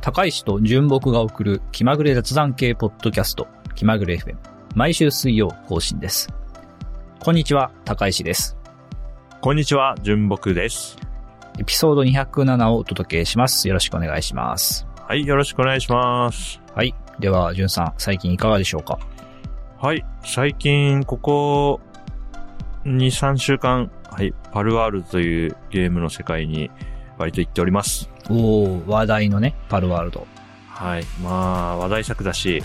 高石と純木が送る気まぐれ雑談系ポッドキャスト、気まぐれ FM。毎週水曜更新です。こんにちは、高石です。こんにちは、純木です。エピソード207をお届けします。よろしくお願いします。はい、よろしくお願いします。はい。では、じゅんさん、最近いかがでしょうかはい、最近、ここ、2、3週間、はい、パルワールドというゲームの世界に割と行っております。おー、話題のね、パルワールド。はい、まあ、話題作だし、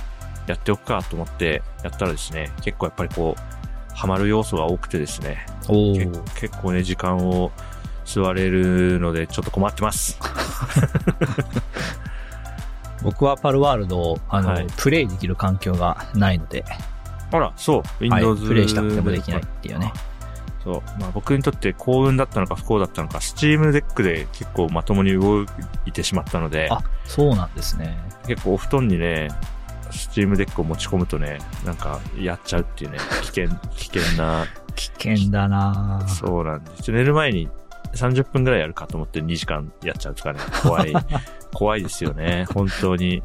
やっておくかと思ってやったらですね、結構やっぱりこう、ハマる要素が多くてですね、おけー、結構ね、時間を座れるので、ちょっと困ってます。僕はパルワールドを、あの、はいプレイできる環境がないので、ほら、そう、Windows、はい、プレイしたくてもできないっていうね。そう。まあ僕にとって幸運だったのか不幸だったのか、Steam Deck で結構まともに動いてしまったので、あ、そうなんですね。結構お布団にね、Steam Deck を持ち込むとね、なんかやっちゃうっていうね、危険、危険な、危険だなぁそうなんです。寝る前に30分ぐらいやるかと思って2時間やっちゃうとかね、怖い、怖いですよね、本当に。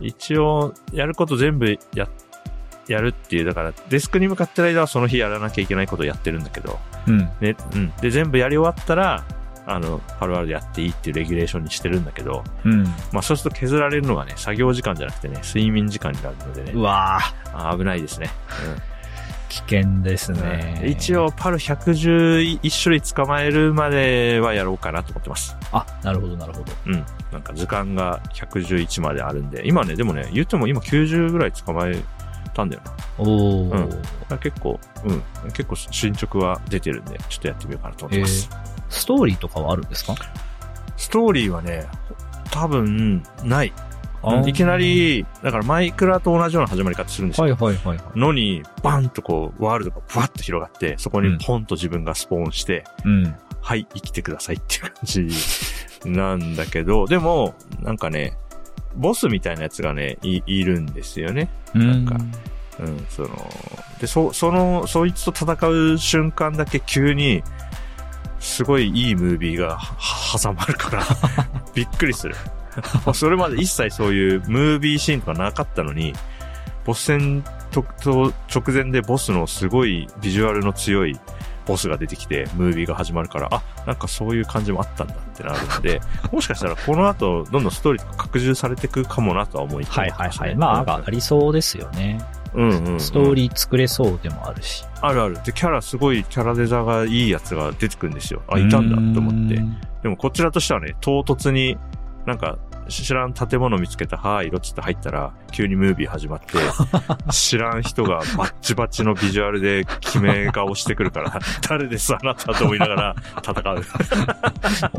一応、やること全部や、やるっていう、だからデスクに向かってる間はその日やらなきゃいけないことをやってるんだけど、うん。ね、うん。で、全部やり終わったら、あの、パルワールでやっていいっていうレギュレーションにしてるんだけど、うん。まあそうすると削られるのがね、作業時間じゃなくてね、睡眠時間になるのでうね、わあ危ないですね。ぁ危険ですうんね。一。応、パル111種類捕まえるまではやろうかなと思ってます。あ、なるほど、なるほど。うん。なんか図鑑が111まであるんで、今ね、でもね、言っても今90ぐらい捕まえたんだよな。だかおー。うんら結構、うん。結構進捗は出てるんで、ちょっとやってみようかなと思っえてーます。ストーリーとかはあるんですかストーリーはね、多分、ない。いきな。り、だからマイクラと同じような始まり方するんですよ。はいはいはいはい。のに、バンとこう、ワールドがブワッと広がって、そこうんにポンと自分がスポーンして、うん。はい、生きてくださいっていう感じ なんだけど、でも、なんかね、ボスみたいなやつがね、い、いるんですよね。なんかうん、その、で、そ、その、そいつと戦う瞬間だけ急に、すごいいいムービーがは挟まるから、 びっくりする。それまで一切そういうムービーシーンとかなかったのに、ボス戦とと直前でボスのすごいビジュアルの強いボスが出てきて、ムービーが始まるから、あ、なんかそういう感じもあったんだってなるので、 もしかしたらこの後、どんどんストーリーとか拡充されていくかもなとは思いますはねいはいはい。まあ、なんかありそうですよね。うんうんうんストーリー作れそうでもあるし。あるある。で、キャラ、すごいキャラデザがいいやつが出てくるんですよ。あ、いたんだと思ってう。んでも、こちらとしてはね、唐突に、なんか、知らん建物見つけた、はーい、色つって入ったら、急にムービー始ま って、知らん人がバッチバチのビジュアルで決め顔してく るから、誰です、あなたと思いながら戦う。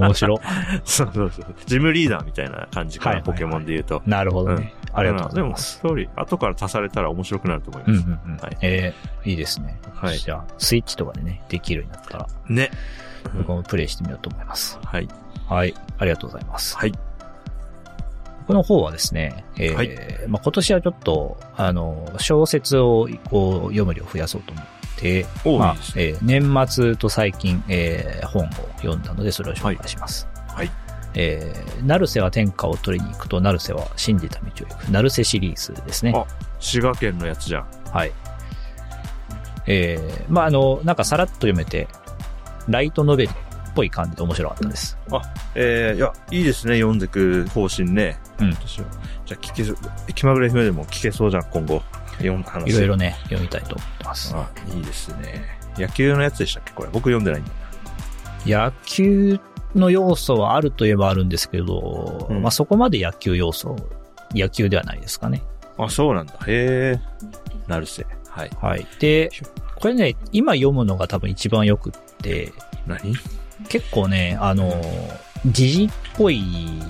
面 白。そうそうそう。ジムリーダーみたいな感じかはな、いはいはポいケモンで言うと。なるほどね。ありがとうございでも、ます。ストーリー、後から足されたら面白くなると思います。うんうんうんはい。えーいいですね。はいじゃあ、スイッチとかでね、できるようになったら、ね。僕もプレイしてみようと思います。はい。はい。ありがとうございます。はい。僕の方はですね、えーはいまあ、今年はちょっと、あの、小説をこう読む量を増やそうと思って、おうまいあいですねえー年末と最近、えー本を読んだので、それを紹介します。はいはいえー、成瀬は天下を取りに行くと、成瀬は信じた道を行く。成瀬シリーズですね。あ滋賀県のやつじゃん。はい。えー、まあ、あの、なんかさらっと読めて、ライトノベルっぽい感じで面白かったです。えー、いや、いいですね、読んでく方針ね。うん私はじゃあ、聞けそ、気まぐれ FM でも聞けそうじゃん、今後。読んだ話。いろいろね、読みたいと思ってます。あ、いいですね。野球のやつでしたっけこれ。僕読んでないんだ。野球の要素はあるといえばあるんですけど、うんまあそこまで野球要素、野球ではないですかね。あ、そうなんだ。へえ。なるせ。はい。はい。で、これね、今読むのが多分一番よくって、何結構ね、あの、時事っぽい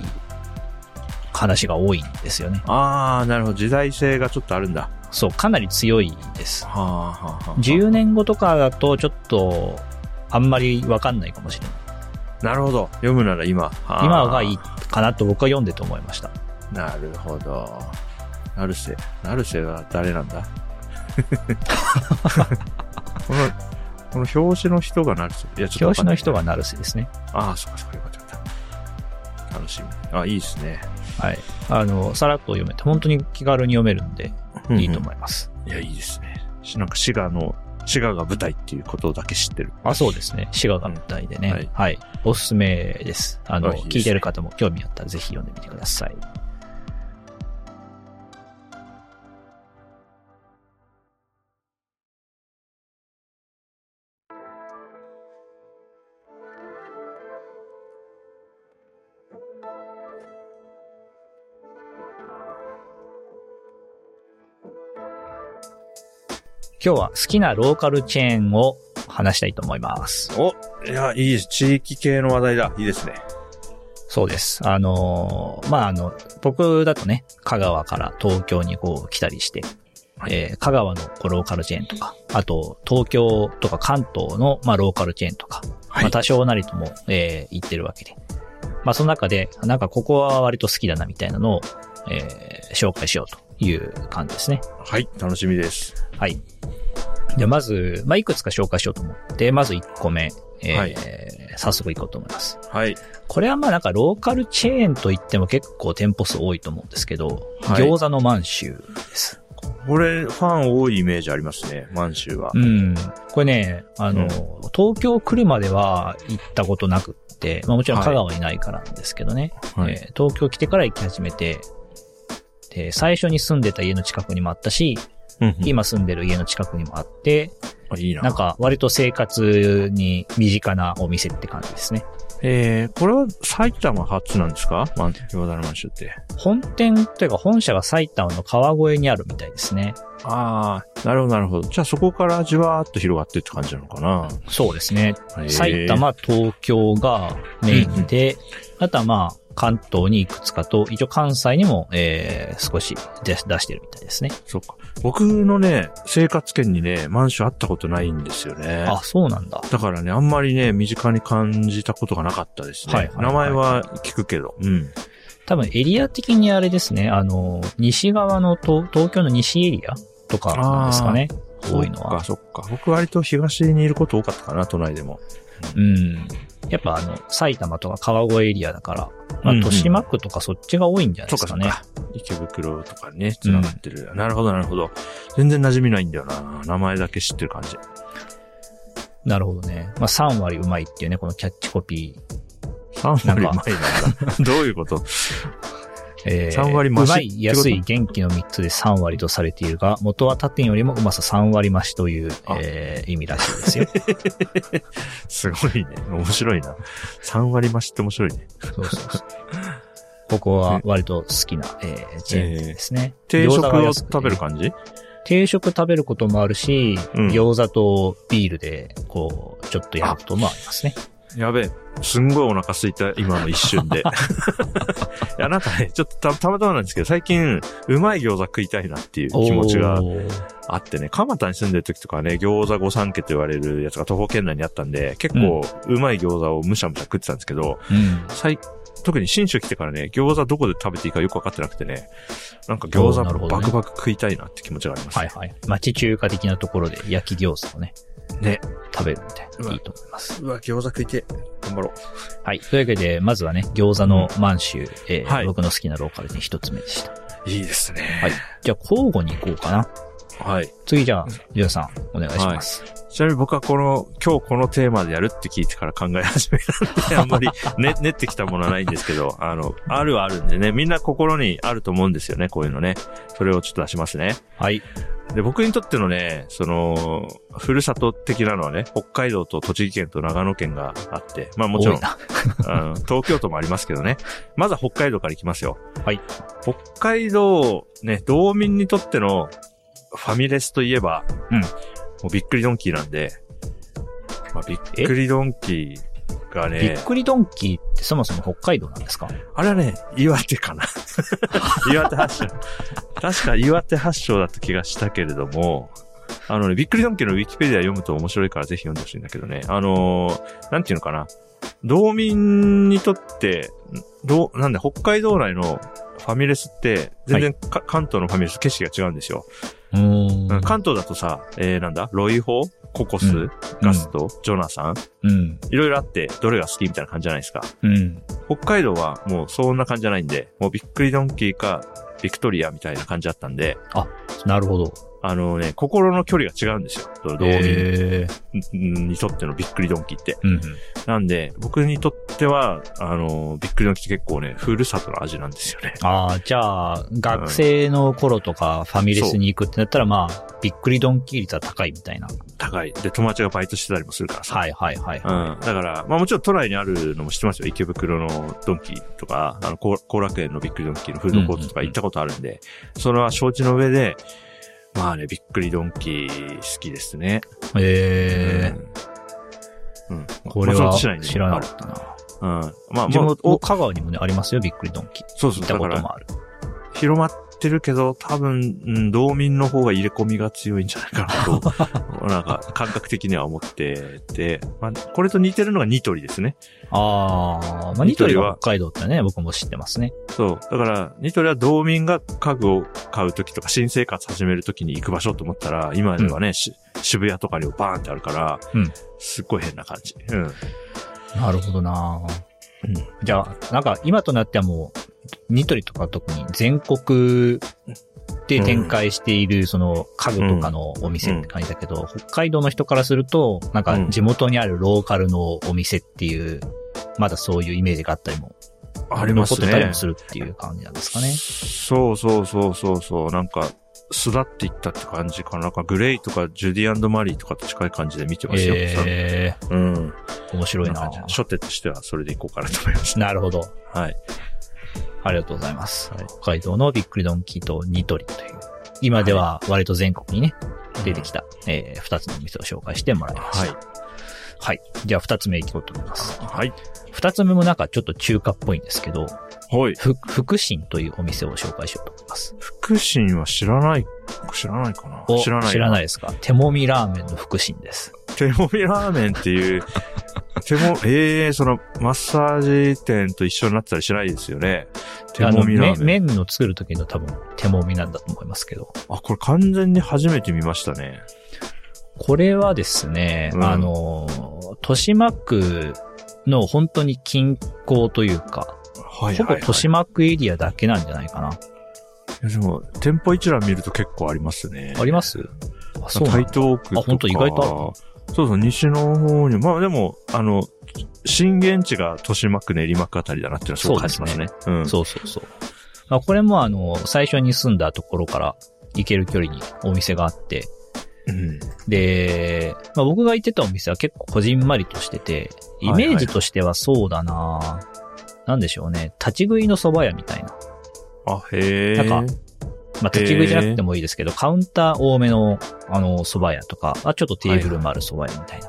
話が多いんですよね。あー、なるほど。時代性がちょっとあるんだ。そう、かなり強いですは。あ、はあ、はあ。 10年後とかだとちょっと、あんまりわかんないかもしれない。なるほど。読むなら今。あー今がいい。かなと僕は読んでて思いました。なるほど。なるせ。なるせは誰なんだ この、この表紙の人がなるせ。いや、ちょっ表とわかん紙ないの人が成瀬ですね。ああ、そっかそっか、よかったよかった。楽しみ。あ、いいですね。はい。あの、さらっと読めて、本当に気軽に読めるんで、いいと思います。いや、いいですね。しなんか、滋賀の、滋賀が舞台っていうことだけ知ってる。あ、そうですね。滋賀が舞台でね、うんははいい。おすすめです。あの、あいいですね聞いてる方も興味あったらぜひ読んでみてください。今日は好きなローカルチェーンを話したいと思います。おいや、いいです。地域系の話題だ。いいですね。そうです。あのーまあ、あの、僕だとね、香川から東京にこう来たりして、はいえー香川のこうローカルチェーンとか、あと東京とか関東の、まあ、ローカルチェーンとか、はいまあ、多少なりとも、えー行ってるわけで。まあ、その中で、なんかここは割と好きだなみたいなのを、えー紹介しようという感じですね。はい、楽しみです。はい。で、まず、まあ、いくつか紹介しようと思って、まず1個目、えーはい早速行こうと思います。はい。これはまあなんかローカルチェーンといっても結構店舗数多いと思うんですけど、はい餃子の満州です。これ、ファン多いイメージありますね、満州はう。ん。これね、あの、うん東京来るまでは行ったことなくって、まあもちろん香川にないからなんですけどね、はい。えー東京来てから行き始めて、で、最初に住んでた家の近くにもあったし、うんうん今住んでる家の近くにもあって、あいいな。なんか割と生活に身近なお店って感じですね。えー、これは埼玉初なんですかまあ、餃子の満州って。本店というか本社が埼玉の川越にあるみたいですね。ああ、なるほど、なるほど。じゃあそこからじわーっと広がってって感じなのかな。そうですね。へー埼。玉、東京がメインで、あとはまあ、関東にいくつかと、一応関西にも、えー、少し出し出してるみたいですね。そっか。僕のね、生活圏にね、満州あったことないんですよね。あ、そうなんだ。だからね、あんまりね、身近に感じたことがなかったですね。はいはいはい名前は聞くけど。うん。多分エリア的にあれですね、あの、西側のと、東京の西エリアとかなんですかね。多いのは。そっか、そっか。僕割と東にいること多かったかな、都内でも。うん。やっぱあの、埼玉とか川越エリアだから、まあ、うんうん豊島区とかそっちが多いんじゃないそでっすか、そかっね。か。池袋とかね、繋がってる。なるほど、なるほど。全然馴染みないんだよな。名前だけ知ってる感じ。なるほどね。まあ、3割うまいっていうね、このキャッチコピー。 3割前なんだ。 どういうことえ3割増し。うま増しってことい、安い、元気の3つで3割とされているが、元は他店よりもうまさ3割増しというあ、えー意味らしいですよ。すごいね。面白いな。3割増しって面白いね。そうそうそうここは割と好きな、えーチェーン店ですね。定食餃子がを安くて食べる感じ定食食べることもあるし、うん餃子とビールで、こう、ちょっとやることもありますね。やべえ。すんごいお腹空いた、今の一瞬 で。いや、なんかね、ちょっとたたまたまなんですけど、最近、うまい餃子食いたいなっていう気持ちがおーあってね、蒲田に住んでる時とかね、餃子御三家と言われるやつが徒歩圏内にあったんで、結構、うまい餃子をむしゃむしゃ食ってたんですけど、うん。最、特に新州来てからね、餃子どこで食べていいかよくわかってなくてね、なんかおーな餃る子ほどバねクバク食いたいなって気持ちがあります。はいはい。町中華的なところで焼き餃子をね、ね。食べるみたいうな。わいいと思います。うわ、餃子食いて。頑張ろう。はい。というわけで、まずはね、餃子の満州、えーはい僕の好きなローカルに一つ目でした。いいですね。はい。じゃあ、交互に行こうかな。はい。次、じゃあ、りょうさん、お願いします。ちなみに僕はこの、今日このテーマでやるって聞いてから考え始めたんで、あんまりね、練ってきたものはないんですけど、あの、あるはあるんでね、みんな心にあると思うんですよね、こういうのね。それをちょっと出しますね。はい。で、僕にとってのね、その、ふるさと的なのはね、北海道と栃木県と長野県があって、まあもちろん多い、なあの東京都もありますけどね。まずは北海道から行きますよ。はい。北海道、ね、道民にとってのファミレスといえば、うんもうびっくりドンキーなんで、まあ、びっくりドンキーがびねっ、くりドンキーってそもそも北海道なんですかあれはね、岩手かな。 岩手発祥。確か岩手発祥だった気がしたけれども、あのね、びっくりドンキーのウィキペディア読むと面白いからぜひ読んでほしいんだけどね。あのーなんていうのかな。道民にとって、どう、なんだ、北海道内のファミレスって、全然か、関東のファミレス景色が違うんですよ。うーうんん。関東だとさ、えー、なんだ、ロイホココス、うんガスト、ジョナサン、うん。いろいろあって、どれが好きみたいな感じじゃないですか。うん。北海道はもうそんな感じじゃないんで、もうびっくりドンキーか、ビクトリアみたいな感じだったんで、なるほど。あのね、心の距離が違うんですよ。道民へーにとってのびっくりドンキーって。うんうん。なんで、僕にとっては、あの、びっくりドンキーって結構ね、ふるさとの味なんですよね。ああ、じゃあ、学生の頃とかファミレスに行くってなったら、まあ、びっくりドンキー率は高いみたいな。高い。で、友達がバイトしてたりもするからさ。はいはいはい。うん。だから、まあもちろん都内にあるのも知ってますよ。池袋のドンキとか、あの、後後楽園のビックリドンキーのフードコートとか行ったことあるんで、それは承知の上で、まあね、ビックリドンキー好きですね。ええうん。うん。これは松本市内にね知らなかったな。あるうん。まあ、地もう、元、お香川にもね、ありますよ、びっくりドンキー。そうそ行う、っただこかとら、もある。広まってるけど、多分、うん、道民の方が入れ込みが強いんじゃないかなと、 なんか、感覚的には思ってて、まあ、これと似てるのがニトリですね。ああ、まあ、ニニトトリリはは北海道ってね、僕も知ってますね。そう。だから、ニトリは道民が家具を買うときとか、新生活始めるときに行く場所と思ったら、今ではね、し渋谷とかにもバーンってあるから、うんすっごい変な感じ。うん。なるほどな、うんじゃあ、なんか今となってはもう、ニトリとか特に全国で展開している、その家具とかのお店って感じだけど、北海道の人からすると、なんか地元にあるローカルのお店っていう、まだそういうイメージがあったりも、あります残ってたりねも。するっていう感じなんですかね。そうそうそうそうそう。なんか、巣立っていったって感じかな。なんか、グレイとかジュディマリーとかと近い感じで見てますよ。ええうん。面白いこんな感じ初手としてはそれでいこうかなと思います。なるほど。はい。ありがとうございます。はい北海道のびっくりドンキーとニトリという、今では割と全国にね、出てきた、えー、二つのお店を紹介してもらいました。ははいい。。じゃあ二つ目行こうと思います。はい。二つ目もなんかちょっと中華っぽいんですけど、はい。ふ、福神というお店を紹介しようと思います。福神は知らない、知らないかなお知らない。知らないですか手もみラーメンの福神です。手もみラーメンっていう、 手も、ええその、マッサージ店と一緒になってたりしないですよね。手もみラあーのメン。め麺の作る時の多分手もみなんだと思いますけど。あ、これ完全に初めて見ましたね。これはですね、うんあの、豊島区の本当に近郊というか、はほぼ豊島区エリアだけなんじゃないかな。いやでも、店舗一覧見ると結構ありますね。ありますあ、そうなん台だ東区とか。あ本当意外とそうそう、西の方に。まあでも、あの、震源地が豊島区練馬区あたりだなっていうのはすごく感じますね。うん。そうそうそう。まあ、これもあの、最初に住んだところから行ける距離にお店があって、うん。で、まあ、僕が行ってたお店は結構こじんまりとしてて、イメージとしてはそうだな、なんでしょうね。立ち食いの蕎麦屋みたいな。あ、へえ。なんか、まあ、立ち食いじゃなくてもいいですけど、カウンター多めの、あの、蕎麦屋とか、あ、ちょっとテーブルもある蕎麦屋みたいな。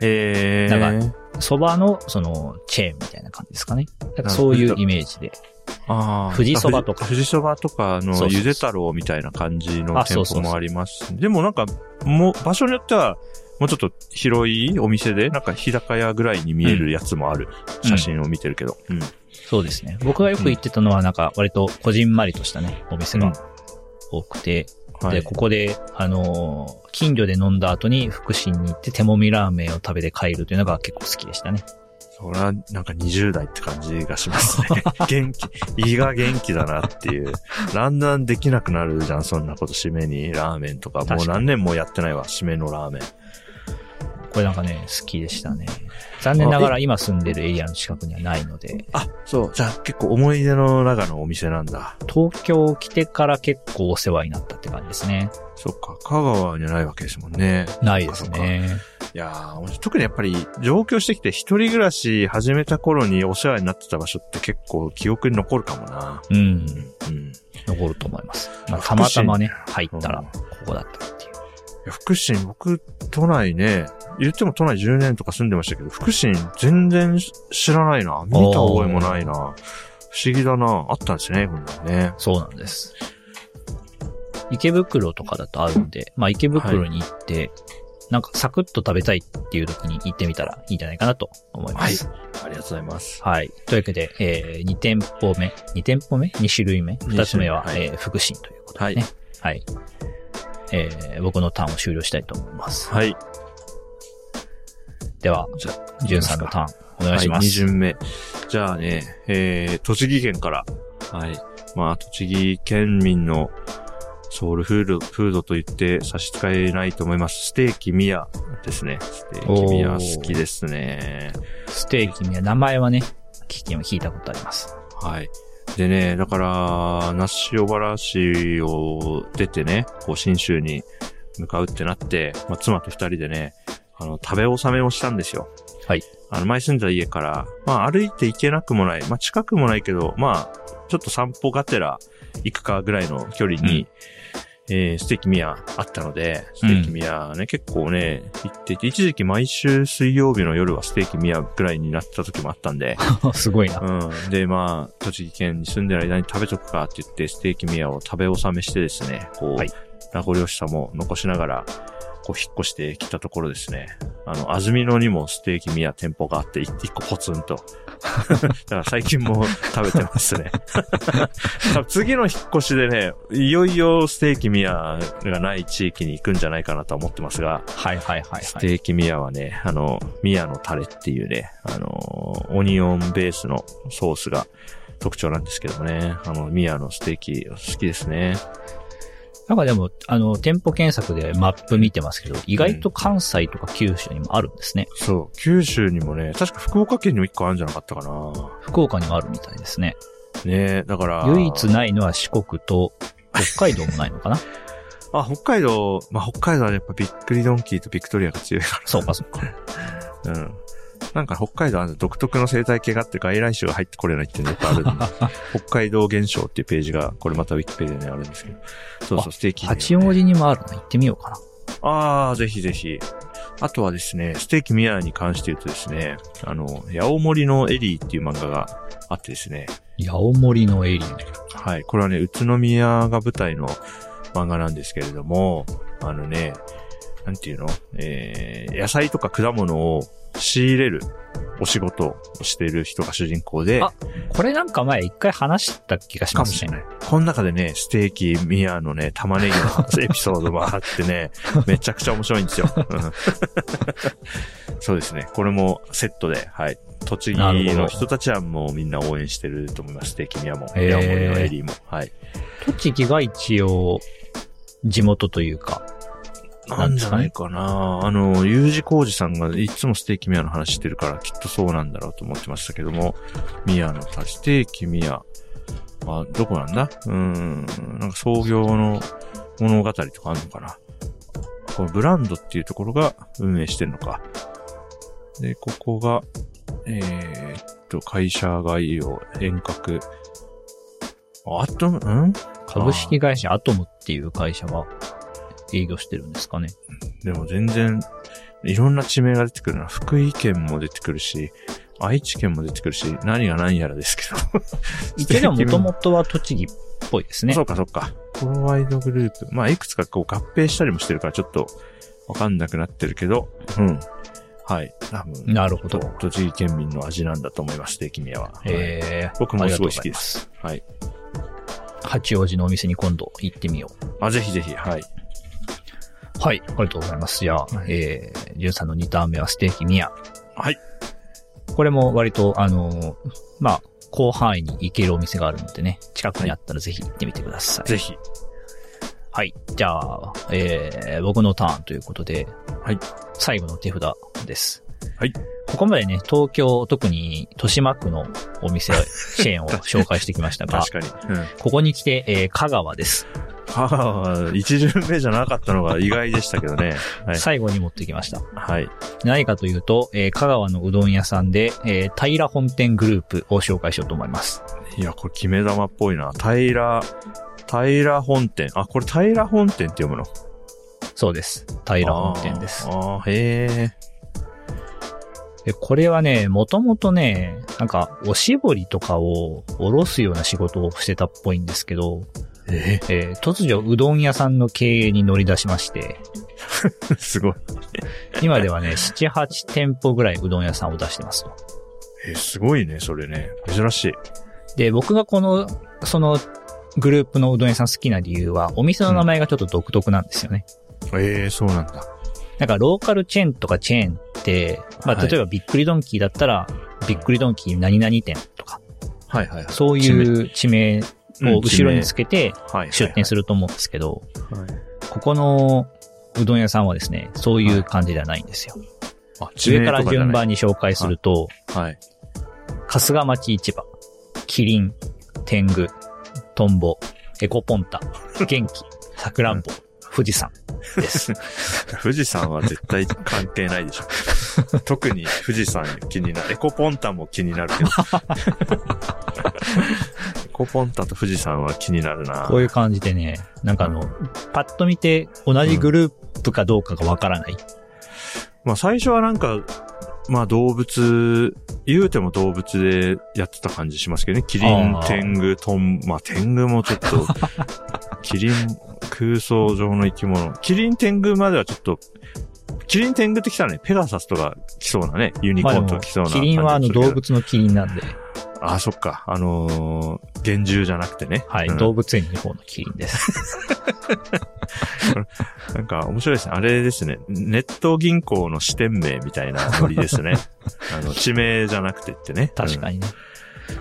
へえ。なん蕎麦の、その、チェーンみたいな感じですかね。なんかそういうイメージで。ああ富士そばとか富士富士そばとか、あのそうそう、そうゆで太郎みたいな感じのあそ店うそうそう舗もありますし。でもなんか、もう、場所によっては、もうちょっと広いお店で、なんか日高屋ぐらいに見えるやつもある。うん写真を見てるけど。うん。そうですね。僕がよく行ってたのは、なんか、割と、こじんまりとしたね、お店うがん多くて、はで、い。ここで、あのー近所で飲んだ後に、福神に行って、手もみラーメンを食べて帰るというのが結構好きでしたね。それは、なんか20代って感じがしますね。 元気、胃が元気だなっていう。だんだんできなくなるじゃん、そんなこと。締めに、ラーメンとか。もう確か何年もやってないわ、締めのラーメン。これなんかね、好きでしたね。残念ながら、今住んでるエリアの近くにはないので、あ、そう。じゃあ結構思い出の中のお店なんだ。東京来てから結構お世話になったって感じですね。そっか、香川にはないわけですもんね。ないですね。いやー、特にやっぱり上京してきて一人暮らし始めた頃にお世話になってた場所って結構記憶に残るかもな。うんう。ん。うん。い残ると思います。まあ、福た神またまね、入ったら、うんここだったっていう。や福神、僕、都内ね、言っても都内10年とか住んでましたけど、福神全然知らないな。見た覚えもないな。不思議だな。あったんですね、こんなのね。そうなんです。池袋とかだとあるんで、まあ池袋に行って、なんかサクッと食べたいっていう時に行ってみたらいいんじゃないかなと思いまはいす。。ありがとうございます。はい。というわけで、えー、2店舗目、2店舗目 ?2 種類目 ?2 つ目は、はいえー福神ということですね。はい。えー、僕のターンを終了したいと思います。はい。では、じゃじゅんさんのターン、お願いしはまい、二す。巡目。じゃあね、えー、栃木県から。はい。まあ、栃木県民のソウルフード、フードと言って差し支えないと思います。ステーキミヤですね。ステーキミヤおー好きですね。ステーキには名前はね、聞き聞いたことあります。はい。でね、だから、那須塩原市を出てね、こう、新州に向かうってなって、まあ、妻と二人でね、あの、食べ納めをしたんですよ。はい。あの、前住んでた家から、まあ、歩いて行けなくもない、まあ、近くもないけど、まあ、ちょっと散歩がてら行くかぐらいの距離に、えー、ステーキミヤあったので、ステーキミヤね、結構ね、行っていて、一時期毎週水曜日の夜はステーキミヤぐらいになってた時もあったんで、 すごいな。うん。で、まあ、栃木県に住んでる間に食べとくかって言って、ステーキミヤを食べ納めしてですね、こう、はい名残惜しさも残しながら、こう、引っ越してきたところですね。あの、安曇野にもステーキミヤ店舗があって、い一個ポツンと。 だから最近も食べてま すね。多分次の引っ越しでね、いよいよステーキミヤがない地域に行くんじゃないかなとは思ってますが、はいはいはいスはテい。ーキミヤはね、あの、ミヤのタレっていうね、あの、オニオンベースのソースが特徴なんですけどもね、あの、ミヤのステーキ好きですね。なんかでも、あの、店舗検索でマップ見てますけど、意外と関西とか九州にもあるんですね。そう、九州にもね、確か福岡県にも一個あるんじゃなかったかな。福岡にもあるみたいですね。ねえだから、唯一ないのは四国と北海道もないのかなあ、北海道、まあ、北海道はやっぱびっくりドンキーとビクトリアが強いかそうかそうか。ら。うん。なんか北海道は独特の生態系があって外来種が入ってこれないっていうのがよくあるんで 北海道現象っていうページが、これまたウィキペディアにあるんですけど。そうそう、ステーキミヤね、八王子にもあるの行ってみようかな。ああ、ぜひぜひ。あとはですね、ステーキミヤに関して言うとですね、あの、八尾森のエリーっていう漫画があってですね、八尾森のエリー。はい、これはね、宇都宮が舞台の漫画なんですけれども、あのね、なんていうのえー、野菜とか果物を仕入れるお仕事をしている人が主人公で、あこれなんか前一回話した気がしかまもすしれね。ない。この中でね、ステーキミヤのね、玉ねぎ のエピソードもあってね、めちゃくちゃ面白いんですよ。うん そうですね。これもセットで、はい。栃木なるほのど人たちはもうみんな応援してると思います。ステーキミヤも、へーヤモリのエリーも。はい。栃木が一応、地元というか。なんじゃないかなあの、U 字工事さんがいつもステーキミヤの話してるから、きっとそうなんだろうと思ってましたけども、ミヤの足ステーキミヤ。あ、どこなんだうーん、なんか創業の物語とかあるのかなこのブランドっていうところが運営してるのか。で、ここが、えーっと、会社概要、遠隔。あと、うん株式会社アトムっていう会社が営業してるんですかね。でも全然、いろんな地名が出てくるな。福井県も出てくるし、愛知県も出てくるし、何が何やらですけど。池田もともとは栃木っぽいですねそ。うかそうか。コロワイドグループ。まあ、いくつかこう合併したりもしてるから、ちょっとわかんなくなってるけど、うん。はい。多分、なるほどと。栃木県民の味なんだと思います、で、君は。はいえー、僕もすごい好ありがとうござきでいます。はい。八王子のお店に今度行ってみよう。あ、ぜひぜひ、はい。はい、ありがとうございます。じゃあ、はいえー、じゅんさんの2ターン目はステーキミヤ。はい。これも割と、あのーまあ、広範囲に行けるお店があるのでね、近くにあったらぜひ行ってみてください。ぜひ。はい。じゃあ、えー、僕のターンということで、はい。最後の手札です。はい。ここまでね、東京、特に豊島区のお 店、チェーンを紹介してきましたが確、かに。うん。ここに来て、えー、香川です。ああ、一巡目じゃなかったのが意外でしたけどね。はい。最後に持ってきました。はい。何かというと、えー、香川のうどん屋さんで、えー、平本店グループを紹介しようと思います。いや、これ決め玉っぽいな。平、平本店。あ、これ平本店って読むのそうです。平本店です。あーあー、へでこれはね、もともとね、なんか、おしぼりとかをおろすような仕事をしてたっぽいんですけど、え。ええー突如うどん屋さんの経営に乗り出しまして、 すごい。今では ね、7、8店舗ぐらいうどん屋さんを出してますと。え、すごいね、それね。珍しい。で、僕がこの、そのグループのうどん屋さん好きな理由は、お店の名前がちょっと独特なんですよね。ええそうなんだ。なんかローカルチェーンとかチェーンって、まはあい例えばびっくりドンキーだったら、びっくりドンキー何々店とか、はいはいはい。そういう地名うんを後ろにつけてはいはいはい出店すると思うんですけど、はいここのうどん屋さんはですね、そういう感じではないんですよ。あ、地上名とからじゃ順ない。番に紹介すると、はい。春日町市場、キリン、天狗、トンボ、エコポンタ、元気、さくらんぼ、富士山です。富士山は絶対関係な いでしょ。特に富士山気になる。エコポンタも気になるけ ど。エコポンタと富士山は気になるな。こういう感じでね、なんかあの、パッと見て同じグループかどうかがわからない。まあ最初はなんか、まあ動物、言うても動物でやってた感じしますけどね。キリンあ、ー天狗、トン、まあ天狗もちょっ と、キリン、空想上の生き物。キリン、天狗まではちょっと、キリン、天狗って来たらね、ペガサスとか来そうなね、ユニコまあでーンとも、か来そうなキリンはあの動物のキリンなんで、あ、そっか。あのー、厳重じゃなくてね。はい、うん動物園の方のキリンです。なんか面白いですね。あれですね。ネット銀行の支店名みたいなノリで すね。あの、地名じゃなくてってね。確かにね。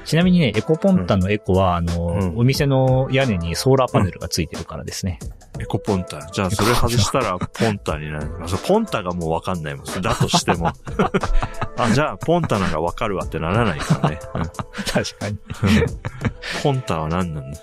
ちなみにね、エコポンタのエコは、あの、うんお店の屋根にソーラーパネルがついてるからですね。 エコポンタ。じゃあ、それ外したら、ポンタになる。まあそうポンタがもうわかんないもん。だとして も。あ、じゃあ、ポンタなんかわかるわってならないからね。うん確かに。ポンタは何なんだ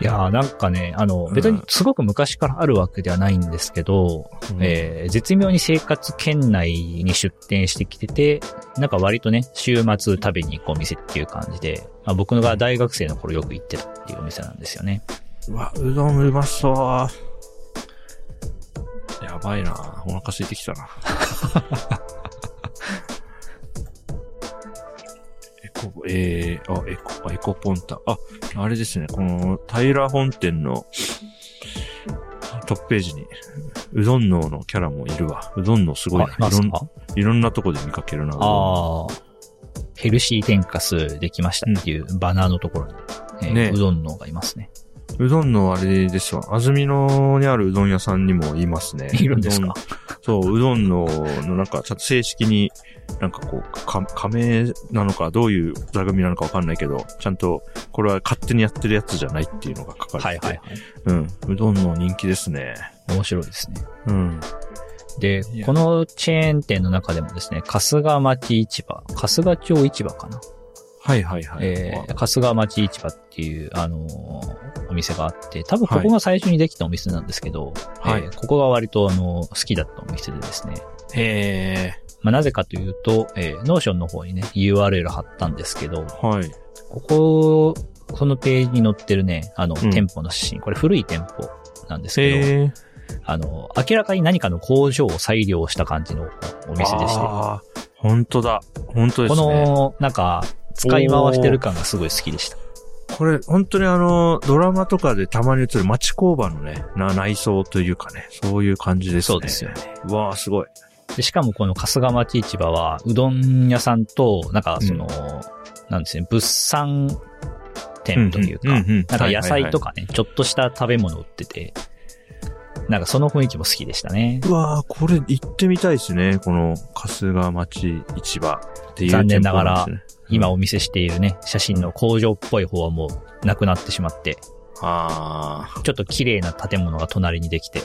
いやーなんかね、あのう、ん別にすごく昔からあるわけではないんですけど、えー絶妙に生活圏内に出店してきてて、なんか割とね、週末食べに行くお店っていう感じで、まあ、僕のが大学生の頃よく行ってたっていうお店なんですよね。うわ、うどんうまそう。やばいなお腹空いてきたな。 エコ、えー、あ、エコ、あエコポンタ。あ、あれですね、この、平本店のトップページに、うどん脳のキャラもいるわ。うどん脳すごいな。あいまいろすんかいろんなとこで見かけるな。うどん脳あーヘルシー天かすできましたっていうバナーのところに、えーねうどんのがいますね。うどんのあれですわ。安曇野にあるうどん屋さんにもいますね。いるんですかそう、うどんの、のなんか、ちゃんと正式に、なんかこう、か、加盟なのか、どういう座組なのかわかんないけど、ちゃんと、これは勝手にやってるやつじゃないっていうのが書かはれいてて。はいはい。うん。うどんの人気ですね。面白いですね。うん。でい、やこのチェーン店の中でもですね、春日町市場、春日町市場かな、はいはいはい。えー春日町市場っていう、あのーお店があって、多分ここが最初にできたお店なんですけど、はいえーここが割と、あのー好きだったお店でですね、へまあ、なぜかというと、えー、ノーションの方にね、URL 貼ったんですけど、ーはい。ここ、このページに載ってるね、あの、うん店舗の写真、これ古い店舗なんですけど、へーあの、明らかに何かの工場を裁量した感じのお店でして、あー本当だ。本当でこすね。の、なんか、使い回してる感がすごい好きでした。これ、本当にあの、ドラマとかでたまに映る町工場のね、な内装というかね、そういう感じですね。そうですよね。うわあ、すごい。でしかもこの春日町市場は、うどん屋さんと、なんかその、なんですね、物産店というか、うんうんうんうんなんか野はいはいは菜いとかね、ちょっとした食べ物売ってて、なんかその雰囲気も好きでしたね。うわあ、これ行ってみたいですね。この、春日町市場っていう残念店舗んですね。今お見せしているね、写真の工場っぽい方はもうなくなってしまって、あちょっと綺麗な建物が隣にできて、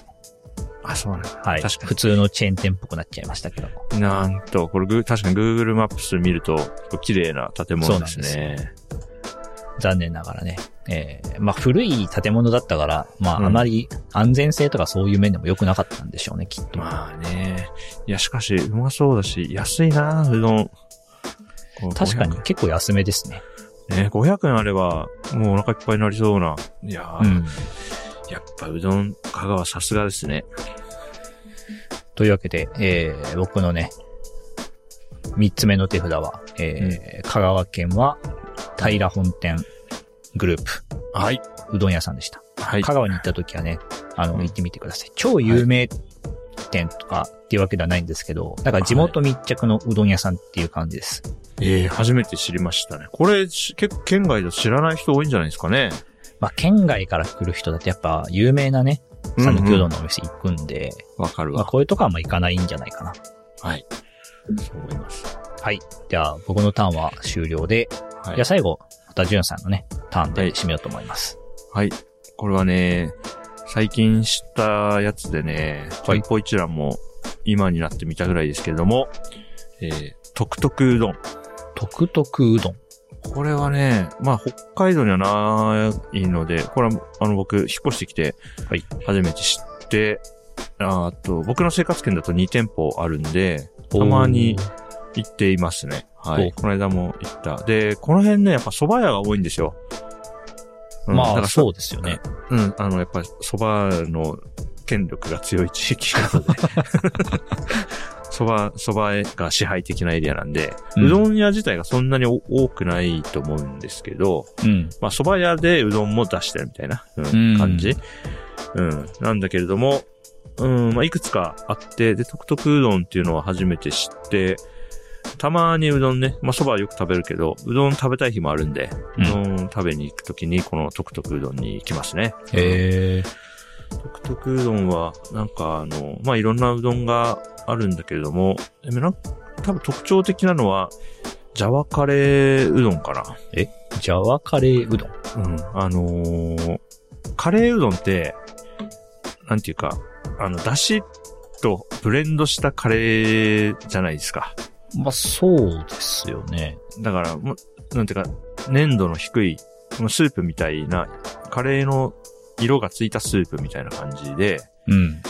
あ、あ、そうなんだ。はい。確かに普通のチェーン店っぽくなっちゃいましたけど。なんと、これ、ぐ確かに Google マップス見ると、綺麗な建物ですそうなんね。残念ながらね。えーまあ古い建物だったから、まうんああまり安全性とかそういう面でも良くなかったんでしょうね、きっと。まあね。いや、しかし、うまそうだし、安いなうどん。こう確かに結構安めですね。ね、500円あれば、もうお腹いっぱいになりそうな。いやー、うん。やっぱうどん、香川さすがですね。というわけで、えー僕のね、三つ目の手札は、えー香川県は平本店グループ、はい。うどん屋さんでした。はい。香川に行った時はね、あの、うん行ってみてください。超有名店とかっていうわけではないんですけど、だから地元密着のうどん屋さんっていう感じです。ええ初めて知りましたね。これ、し結構県外だと知らない人多いんじゃないですかね。まあ、県外から来る人だとやっぱ有名なね、讃岐うどんのお店行くんで、わかるまあ、。こういうとこはあんま行かないんじゃないかな。はい。そう思います。はい。じゃあ、僕のターンは終了で、はいじゃあ最後、またジュンさんのね、ターンはいで締めようと思います。はい。これはね、最近知ったやつでね、はい店舗一覧も今になってみたぐらいですけれども、えー、特特うどん。特特うどん。これはね、まあ、北海道にはないので、これは、あの、僕、引っ越してきて、はい初めて知って、ああと、僕の生活圏だと2店舗あるんで、たたまに行っていますね。はい。おこの間も行った。で、この辺ね、やっぱ蕎麦屋が多いんですよ。うんだまかあ、らそうですよね。うん、あの、やっぱり蕎麦の権力が強い地域な ので、蕎麦、蕎麦が支配的なエリアなんで、ううんどん屋自体がそんなにお多くないと思うんですけど、うん。まあ蕎麦屋でうどんも出してるみたいな、うんうん感じ。うん、なんだけれども、うん、まあいくつかあって、で、特特うどんっていうのは初めて知って、たまにうどんね、まあ蕎麦はよく食べるけど、うどん食べたい日もあるんで、ううんどん食べに行くときにこの特特うどんに行きますね。へえ。特特うどんは、なんかあの、まあ、いろんなうどんがあるんだけれども、でもなんか多分特徴的なのは、ジャワカレーうどんかジャワカレーうどん。な。うん。あのーカレーうどんって、なんていうか、あの、だしとブレンドしたカレーじゃないですか。まあ、そうですよね。だから、もうなんていうか、粘度の低い、もうスープみたいな、カレーの色がついたスープみたいな感じで、うん。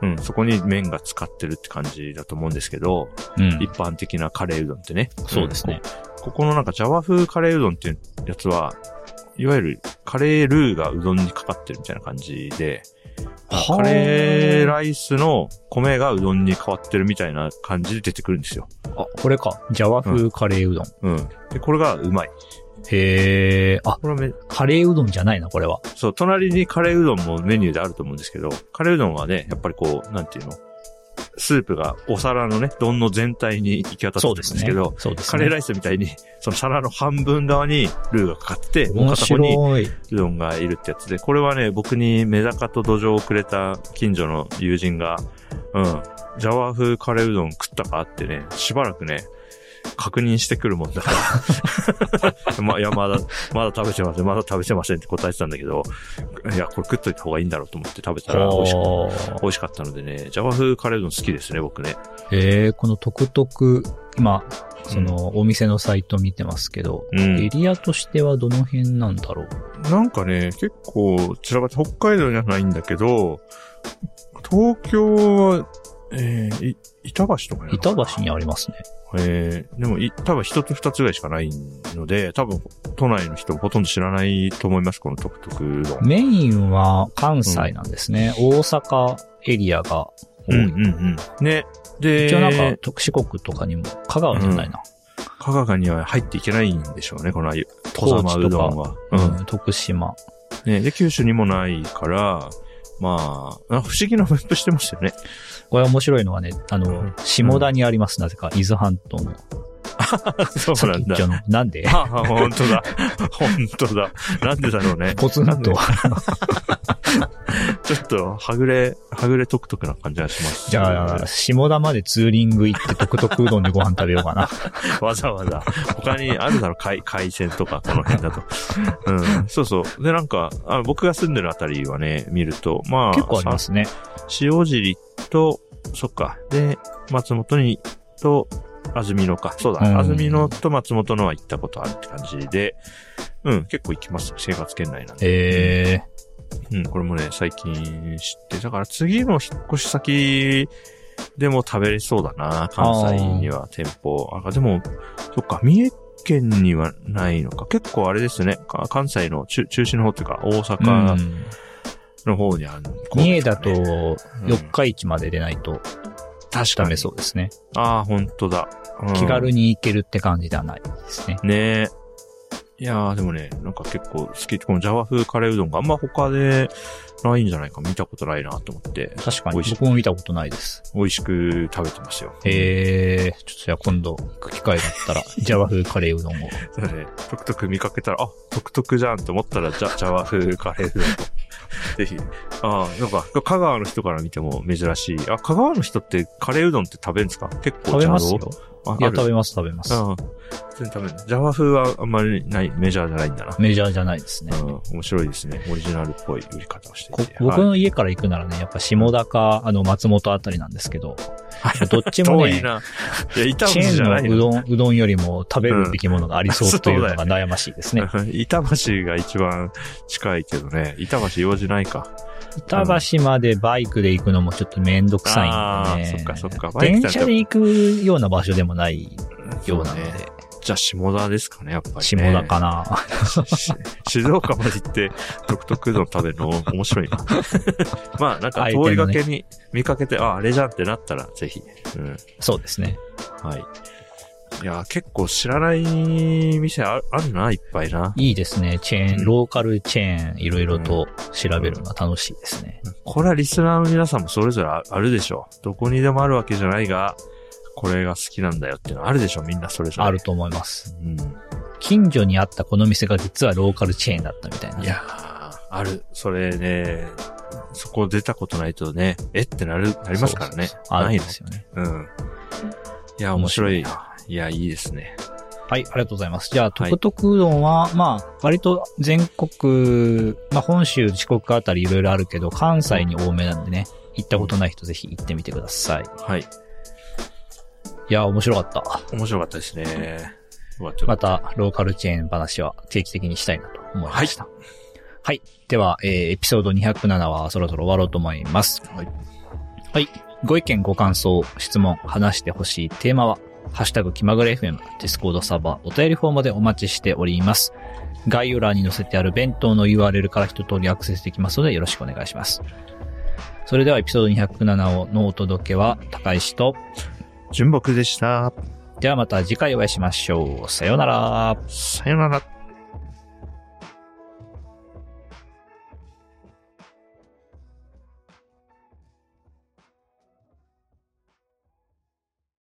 うん、そこに麺が使ってるって感じだと思うんですけど、うん一。般的なカレーうどんってね。そうですね。こ。ここのなんかジャワ風カレーうどんっていうやつは、いわゆるカレールーがうどんにかかってるみたいな感じで、はカレーライスの米がうどんに変わってるみたいな感じで出てくるんですよ。あ、これか。ジャワ風カレーうどん。うん。で、これがうまい。へえ。あ、これはめ、カレーうどんじゃないな、これは。そう、隣にカレーうどんもメニューであると思うんですけど、カレーうどんはね、やっぱりこう、なんていうの、スープがお皿のね、丼の全体に行き渡ってるそんうでですねすけど、。そうですね。カレーライスみたいに、 その皿の半分側にルーがかかってて、もう面片方に白い。うどんがいるってやつで、これはね、僕にメダカと土壌をくれた近所の友人が、うん、ジャワ風カレーうどん食ったかってね、しばらくね、確認してくるもんだから。 ま、いや、まだ、まだ食べてません、まだ食べてませんって答えてたんだけど、いや、これ食っといた方がいいんだろうと思って食べたら美味しかった。おー美味しかったのでね、ジャワ風カレーうどん好きですね、僕ね。へえ、このトクトク、今、その、お店のサイト見てますけど、うん。エリアとしてはどの辺なんだろう。なんかね、結構散らばって、北海道にはないんだけど、東京は、えー、い板橋とかやな板橋にありますね。えー、でもい、多分一つ二つぐらいしかないので、多分都内の人ほとんど知らないと思います、このトクトクの。メインは関西なんですね。大阪エリアが多うい。んうんうん。ね。で、一応なんか、と四国とかにも、香川じゃないな。香川には入っていけないんでしょうね、この高知小玉とうかどんは。ううんん。徳島。ね、で、九州にもないから、まあ、あ不思議なマップしてましたよ ね。これ面白いのはね、あうのん、下田にあります、なぜか。伊豆半島の。そう なん先だっちょ。の。なんでああ、本当だ。本当だ。なんでだろうね。ポツンと。ちょっと、はぐれ、はぐれとくとくな感じがします。じゃあ、下田までツーリング行って、特特うどんでご飯食べようかな。わざわざ。他にあるだろう、海、海鮮とか、この辺だと。うん。そうそう。で、なんか、あ僕が住んでるあたりはね、見ると、 まあ、結構ありますね。さ塩尻と、そっか。で、松本に、と、安曇野か。そうだ。うん安曇野と松本のは行ったことあるって感じで、うん、結構行きます。生活圏内なんで。えうん、これもね、最近知って、だから次の引っ越し先でも食べれそうだな、関西には店舗。あでも、そっか、三重県にはないのか。結構あれですね、か関西の中中心の方というか、大ー。う阪んの方にある、三重だと、神戸うん四日市まで出ないとかね、確ダかメに。そうですね。ああ、本当だ。うん気軽に行けるって感じではないですね。ねえ。いやーでもね、なんか結構好き。このジャワ風カレーうどんがあんま他でないんじゃないか見たことないなと思って、確か美に。味しい僕も見たことないです。美味しく食べてますよ。えー、ちょっとじゃあ今度行く機会があったら、ジャワ風カレーうどんを。そうね、トクトク見かけたら、あ、トクトクじゃんと思ったら、じゃ、ジャワ風カレーうどん。 ぜひ。ああ、なんか、香川の人から見ても珍しい。あ、香川の人ってカレーうどんって食べるんですか結構食べますよ。 あいや、ある食べます、食べます。ああ全然食べない。ジャワ風はあんまりない、メジャーじゃないんだな。メジャーじゃないですね。うん、面白いですね。オリジナルっぽい売り方をしてこいて。僕はいの家から行くならね、やっぱ下田か、あの、松本あたりなんですけど、どっちも遠いね、な。いや、板チ橋ェじゃないーンのうよ。どん、うどんよりも食べるべきものがありそうというのが悩ましいですね。 板橋が一番近いけどね。板橋用事ないか。板橋までバイクで行くのもちょっとめんどくさいんで、ね。あーそっかそっかバイク電だったら車で行くような場所でもないようなので、そうねじゃあ、下田ですかね、やっぱり、ね。下田かな。 し静岡まで行って、独特の食べるの面 白いな。まあ、なんか通りがけに見かけて、あ、あれじゃんってなったら、ぜひ。うん。そうですね。はい。いや、結構知らない店ああるな、いっぱいな。いいですね。チェーうんン、ローカルチェーン、いろいろと調べるのは楽しいですね。これはリスナーの皆さんもそれぞれああるでしょう。どこにでもあるわけじゃないが、これが好きなんだよっていうのあるでしょう、みんなそれぞれ。ある。と思います。うん。近所にあったこの店が実はローカルチェーンだったみたいな。いやー、ある。それね、そこ出たことないとね、えってなる、なりますからそうそうね。そうあるなんいでのすよね。うん。いや、面面白白いい。いや、いいですね。はい、ありがとうございます。じゃあ、トはいクトクうどんは、まあ、割と全国、まあ、本州、四国あたりいろいろあるけど、関西に多めなんでね、行ったことない人ぜひ行ってみてください。はい。いや、面白かった。面白かったですね。うわちょっとまた、ローカルチェーン話は定期的にしたいなと思いました。はい。では、えーエピソード207はそろそろ終わろうと思います。はい。はい。ご意見、ご感想、質問、話してほしいテーマは、ハッシュタグ気まぐれ FM、ディスコードサーバー、お便りフォームでお待ちしております。概要欄に載せてある弁当の URL から一通りアクセスできますので、よろしくお願いします。それではエピソード207のお届けは、高石と、純木でした。ではまた次回お会いしましょう。さようなら。さよなら。